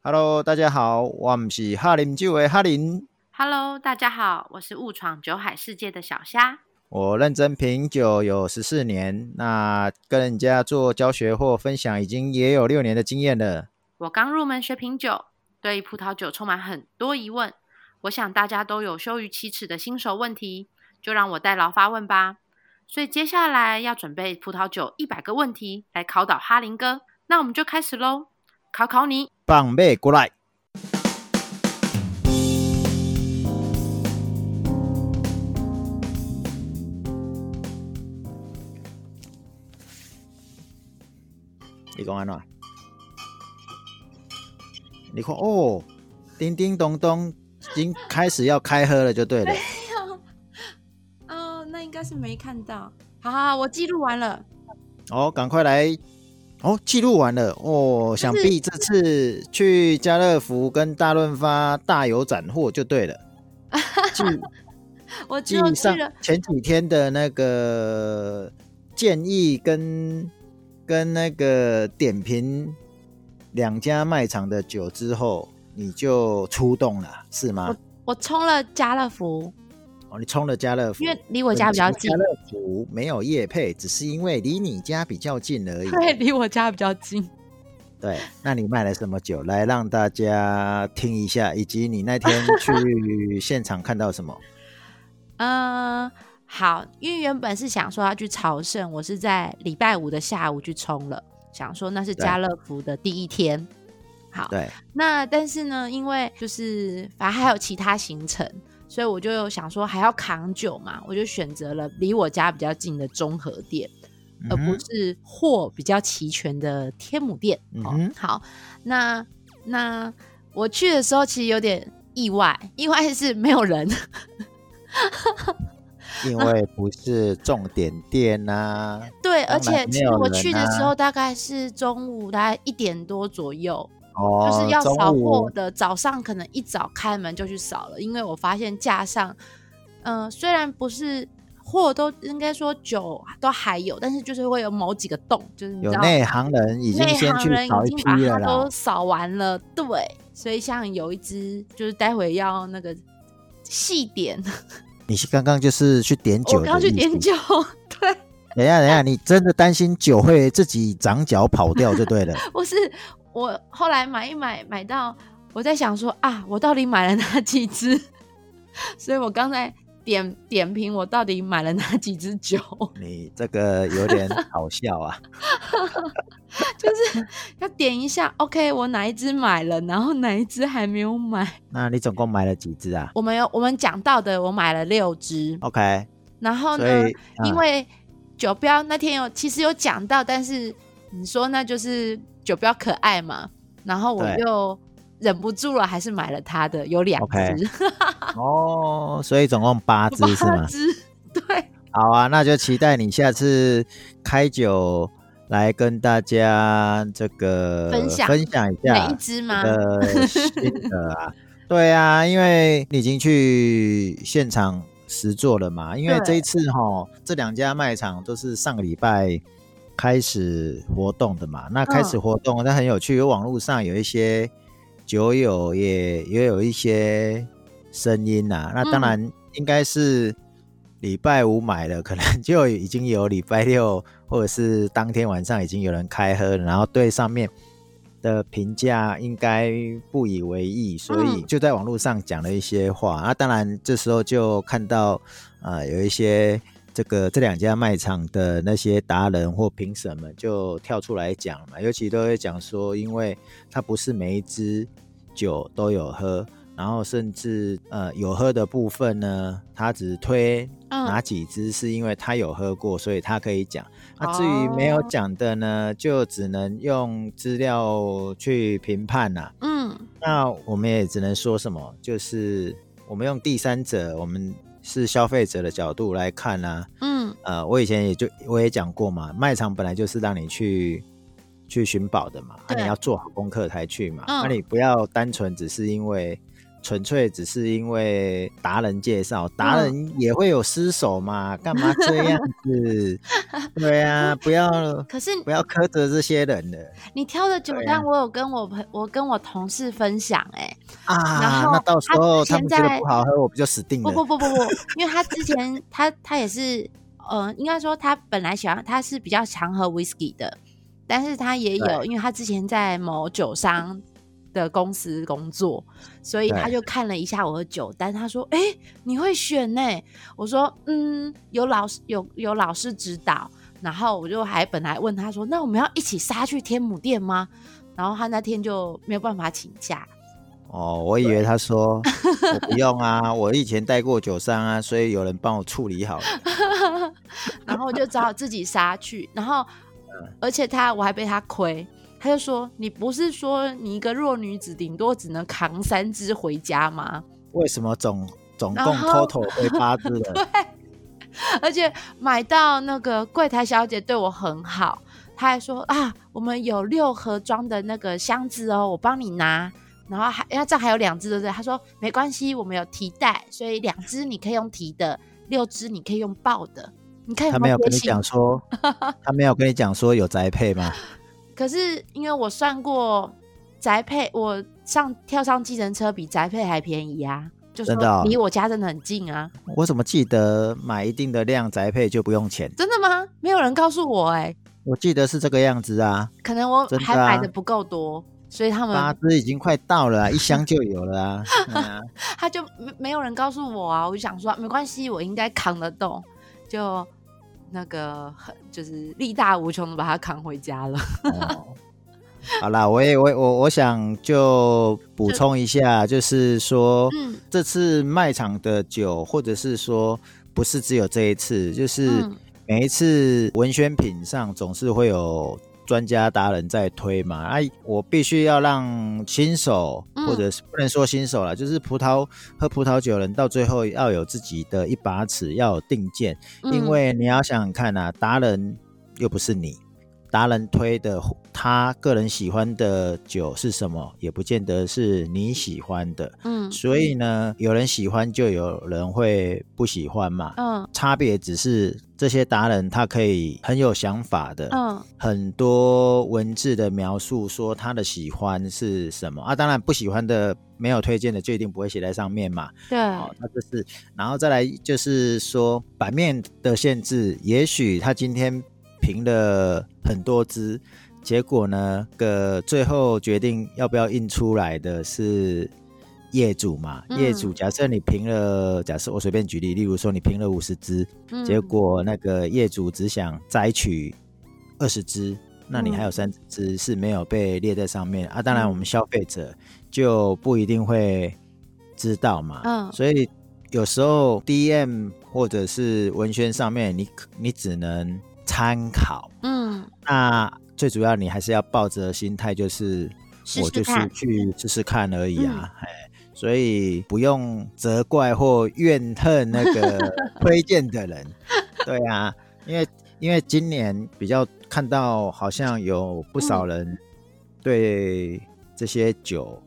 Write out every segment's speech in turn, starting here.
Hello，大家好，我们是哈林酒的哈林， Hello，大家好，我是误闯九海世界的小虾。我认真品酒有十四年，那跟人家做教学或分享已经也有六年的经验了。我刚入门学品酒，对葡萄酒充满很多疑问。我想大家都有羞于启齿的新手问题，就让我代劳发问吧。所以接下来要准备葡萄酒一百个问题来考倒哈林哥，那我们就开始喽，考考你。棒妹过来，你讲安怎？你看哦，叮叮咚咚，已经开始要开喝了，就对了。哦，那应该是没看到。好好好，我记录完了。哦，赶快来！哦，记录完了哦，想必这次去家乐福跟大润发大有斩获就对了。我记只有记去上了，前几天的那个建议跟跟那个点评两家卖场的酒之后，你就出动了是吗？我冲了家乐福，哦，你冲了家乐福，因为离我家比较本集近家，乐福没有业配，只是因为离你家比较近而已。 对，离我家比较近。对，那你卖了什么酒？来让大家听一下，以及你那 天去现场看到什么？嗯，好，因为原本是想说要去朝圣，我是在礼拜五的下午去冲了，想说那是对家乐福的第一天。好，对，那但是呢，因为就是反正还有其他行程，所以我就想说还要扛酒嘛，我就选择了离我家比较近的中和店。嗯而呃不哼是货比较齐全的天母店。嗯哦哼，好，那那我去的时候其实有点意外，意外是没有人，因为不是重点店啊呐、对，当而然且其没实哦有我人去的时啊候大概是中午大概一点多左右，哦，就是要中扫午货的，早上可能一早开门就去扫了，因为我发现架上，嗯、虽然不是。货都应该说酒都还有，但是就是会有某几个洞，就是你知有道内行人已经内先行去人扫已一经批把了它啦都。扫完了，对，所以像有一只就是待会要那个细点，你是刚刚就是去点我酒的刚去意点思酒， 对，等一下等一 下，你真的担心酒会自己长脚跑掉就 对了。不是我后来买一买买到，我在想说啊，我到底买了哪几只？ 所以我刚才点点评我到底买了哪几支酒， 你这个有点好笑啊！要点一下，OK，我哪一支买了，然后哪一支还没有买。那你总共买了几支啊我们有我们讲到的，我买了六支， ？OK，然后所呢 以，因嗯为酒标那天有其实有讲到，但是你说那就是酒标可爱嘛，然后我对又忍不住了，还是买了它的，有两 OK，只，哦，所以总共八支是八吗？只， 对，好啊，那就期待你下次开酒来跟大家这个分享分享一每一下只吗？的心得啊。对啊，因为你已经去现场实做了嘛，因为对这一次哈，这两家卖场都是上个礼拜开始活动的嘛。那开始嗯活动，那很有趣，有网络上有一些酒友也也有一些声音呐、那当嗯然应该是礼拜五买了，可能就已经有礼拜六或者是当天晚上已经有人开喝了，然后对上面的评价应该不以为意，所以嗯就在网络上讲了一些话。那、当然这时候就看到呃有一些。这个这两家卖场的那些达人或评审们就跳出来讲嘛，尤其都会讲说，因为它不是每一支酒都有喝，然后甚至呃有喝的部分呢，他只推哪嗯，几支是因为他有喝过，所以他可以讲。那、至于没有哦讲的呢，就只能用资料去评判啦、嗯，那我们也只能说什么，就是我们用第三者，我们是消费者的角度来看啦、嗯，呃，我以前也就我也讲过嘛，卖场本来就是让你去去寻宝的嘛，那、啊对你要做好功课才去嘛，那、嗯你不要单纯只是因为纯粹只是因为达人介绍，达嗯人也会有失手嘛，干嘛这样子？ 对啊，不要可是不要苛责这些人了你挑的酒对单，啊我有跟我朋、我跟我同事分享、哎，然啊！后那到时他候之他前们觉得在不好喝，我不就死定不了？不不不不，因为他之前他他也是，呃，应该说他本来喜欢，他是比较常喝 whisky 的，但是他也有，对因为他之前在某酒商的公司工作，所以他对就看了一下我的酒单，他说：“哎、你会选呢、我说：“嗯，有老师有有老师指导。”然后我就还本来问他说：“那我们要一起杀去天母店吗？”然后他那天就没有办法请假，哦，我以为他说 我不用啊，我以前带过酒商啊，所以有人帮我处理好了。然后我就只好自己杀去。然后，嗯而且他我还被他亏，他就说：“你不是说你一个弱女子顶多只能扛三只回家吗？为什么总总共然后 total 会八只 人？而且买到那个柜台小姐对我很好，她还说啊，我们有六盒装的那个箱子哦，我帮你拿。”然后还，她这还有两只，对不对？她说没关系，我们有提袋，所以两只你可以用提的，六只你可以用抱的。你看有他没有贴跟你心讲说，他没有跟你讲说有宅配吗？ 可是因为我算过宅配，我上跳上计程车比宅配还便宜啊，就说真的哦离我家真的很近啊，我怎么记得买一定的量宅配就不用钱？真的吗？没有人告诉我哎、我记得是这个样子啊，可能我真的啊还买的不够多，所以他八们只已经快到了啊、一箱就有了啊。对啊 他就没没有人告诉我啊，我就想说没关系，我应该扛得动，就那个很就是力大无穷的把它扛回家 了。哦好啦，我也我也我我想就补充一下，就是说，嗯这次卖场的酒，或者是说不是只有这一次，就是嗯每一次文宣品上总是会有专家达人在推嘛，哎、我必须要让新手嗯或者是不能说新手啦，就是葡萄喝葡萄酒的人到最后要有自己的一把尺，要有定见，嗯因为你要想想看啊，达人又不是你，达人推的他个人喜欢的酒是什么，也不见得是你喜欢的。嗯所以呢，有人喜欢就有人会不喜欢嘛，嗯差别只是这些达人他可以很有想法的，嗯很多文字的描述说他的喜欢是什么啊，当然不喜欢的没有推荐的就一定不会写在上面嘛，对哦，那这是，然后再来就是说版面的限制，也许他今天评了很多支，结果呢，个最后决定要不要印出来的是业主嘛？嗯业主假设你评了，假设我随便举例，例如说你评了五十支，嗯结果那个业主只想摘取二十支，那你嗯还有三十支是没有被列在上面啊。当然，嗯我们消费者就不一定会知道嘛。嗯所以有时候 DM 或者是文宣上面你，你只能参考。嗯那最主要你还是要抱着心态，就是试我试就是看嗯去试试看而已啊。哎，所以不用责怪或怨恨那 个推荐的人，对啊，因为因为今年比较看到好像有不嗯少人对这些酒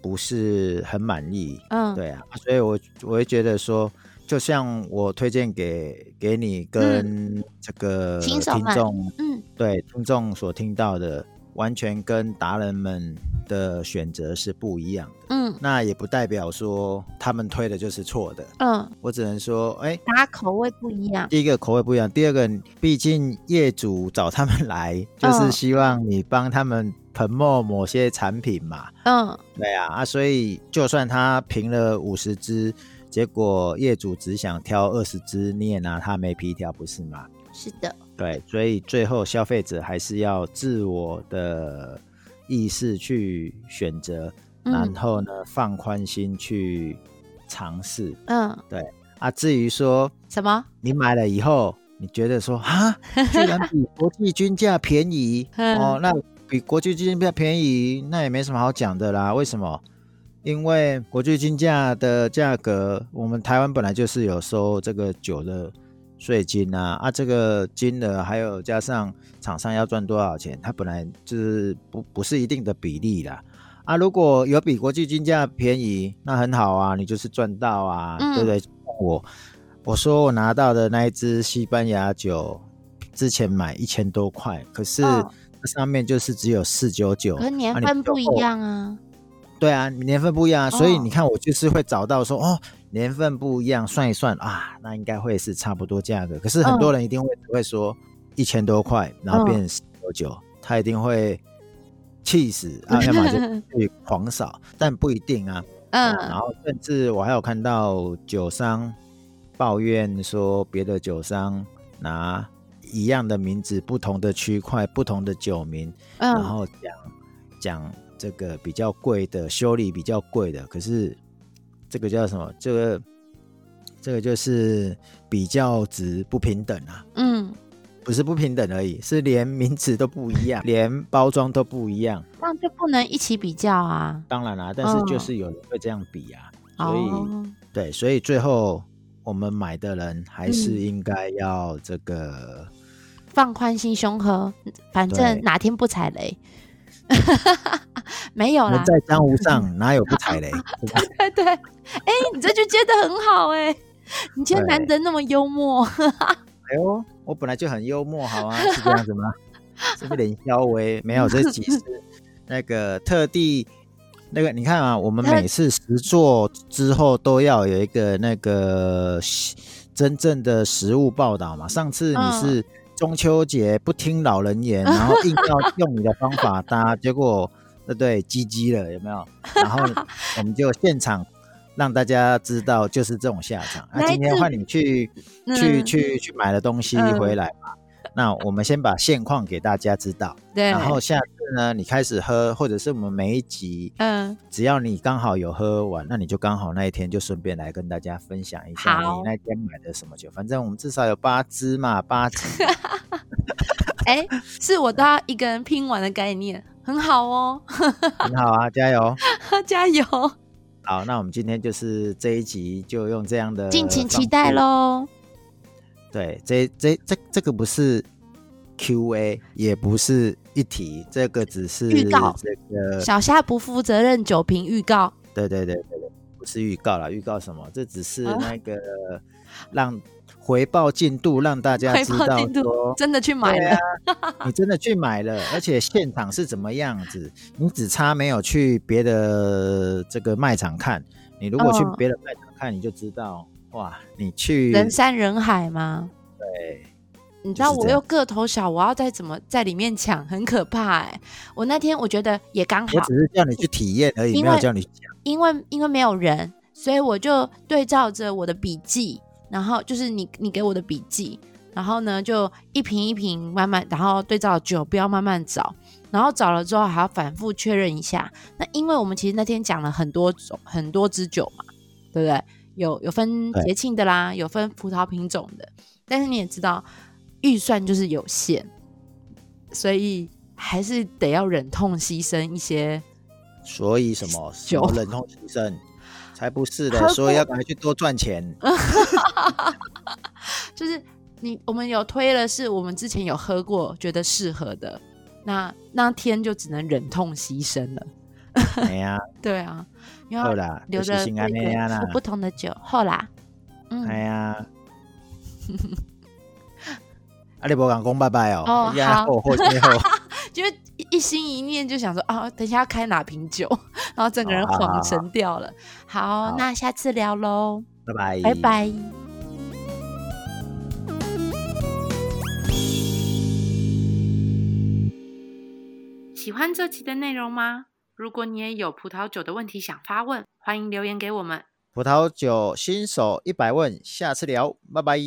不是很满意，嗯对啊，所以我我会觉得说，就像我推荐给给你跟这个嗯新听手们众，嗯对听众所听到的，完全跟达人们的选择是不一样的。嗯那也不代表说他们推的就是错的，嗯，我只能说，哎、大家口味不一样。第一个口味不一样，第二个，毕竟业主找他们来，就是嗯希望你帮他们 promote 某些产品嘛。嗯对啊，啊，所以就算他评了五十只，结果业主只想挑二十只，你也拿他没皮条，不是吗？，是的，对，所以最后消费者还是要自我的意识去选择，然嗯后呢，放宽心去尝试嗯，啊。至于说什么？你买了以后，你觉得 说啊，居然比国际均价便宜嗯哦，那比国际均价便宜，那也没什么好讲的啦。为什么？因为国际均价的价格，我们台湾本来就是有收这个酒的税金啊，啊，这个金额还有加上厂商要赚多少钱，它本来就是不不是一定的比例啦。啊，如果有比国际均价便宜，那很好啊，你就是赚到啊，嗯对不对？我我说我拿到的那一支西班牙酒，之前买一千多块，可是哦它上面就是只有四九九可是，年啊你份不就一后样啊。对啊，年份不一样啊，所以哦你看我就是会找到说哦，年份不一样，算一算啊，那应该会是差不多价格。可是很多人一定会只会说一千多块，嗯然后变成十九九，他一定会气死啊，要么就去狂扫，但不一定啊。然嗯，后甚至我还有看到酒商抱怨说，别的酒商拿一样的名字、不同的区块、不同的酒名，然嗯，后讲讲这个比较贵的修理比较贵的，可是这个叫什么？这个这个就是比较值不平等啊，嗯，不是不平等而已，是连名字都不一样，连包装都不一样。那就不能一起比较啊。当然啦、但是就嗯是有人会这样比啊，所以、哦，对，所以最后我们买的人还是嗯应该要这个。放宽心胸呵，反对正哪天不踩雷， 没有我们啦。在江湖上哪有不踩雷？对吧对 对，哎、你这句接的很好哎、你今天对难得那么幽默，哎呦，我本来就很幽默，好啊， 是这样子吗？是不是林肖维没 有这几次那个特地那个，你看啊，我们特每次实做之后都要有一个那个真正的实物报道嘛。上次你嗯是中秋节不听老人 言，然后硬要用你的方法搭，结果对不对？鸡鸡了有没有？然后我们就现场。让大家知道就是这种下场。 那、那一今天次换你去去嗯去去买了东西嗯回来嘛。那我们先把现况给大家知道，对，然后下次呢，你开始喝，或者是我们每一集，嗯，只要你刚好有喝完，那你就刚好那一天就顺便来跟大家分享一下好你那天买的什么酒。反正我们至少有八支嘛，八支 哎、是我都要一个人拼完的概念，很好哦， 很好啊，加油！加油，呃好，那我们今天就是这一集就用这样的，敬请期待。喽。对，这这这这个不是 Q&A，也不是一题，这个只是预告这个小夏不负责任酒瓶预告，对对对对对，不是预告啦，预告什么？这只是啊那个让回报进度，让大家回知报道进度说真的去买对了啊，你真的去买了，而且现场是怎么样子？你只差没有去别的这个卖场看。你如果去嗯别的卖场看，你就知道哇，你去哎人山人海吗？对你知道就是我这样又个头小，我要再怎么在里面抢，很可怕哎、我那天我觉得也刚好我，只是叫你去体验而已，因没有为叫你去讲。因为因为没有人，所以我就对照着我的笔记，然后就是你你给我的笔记，然后呢就一瓶一瓶慢慢，然后对照酒标慢慢找，然后找了之后还要反复确认一下。那因为我们其实那天讲了很多种很多支酒嘛，对不对？有有分对节庆的啦，有分葡萄品种的，但是你也知道预算就是有限，所以还是得要忍痛牺牲一些。所以什 么什么酒忍痛牺牲，才不是喝的，过所以要赶快去多赚钱。 就是你我们有推了，是我们之前有喝过，觉得适合的，那那天就只能忍痛牺牲了。哎 呀，对啊，因好为啦，留就是着心安这那个样啦喝。不同的酒后啦。嗯，哎呀，啊，你无敢讲拜拜哦，哦呀好后后最后，就是一一心一念就想说啊，等一下要开哪瓶酒， 然后整个人哦好好好恍神掉了。好，好那下次聊喽，拜拜，拜。拜。喜欢这期的内容吗？如果你也有葡萄酒的问题想发问，欢迎留言给我们。葡萄酒新手一百问，下次聊，拜拜。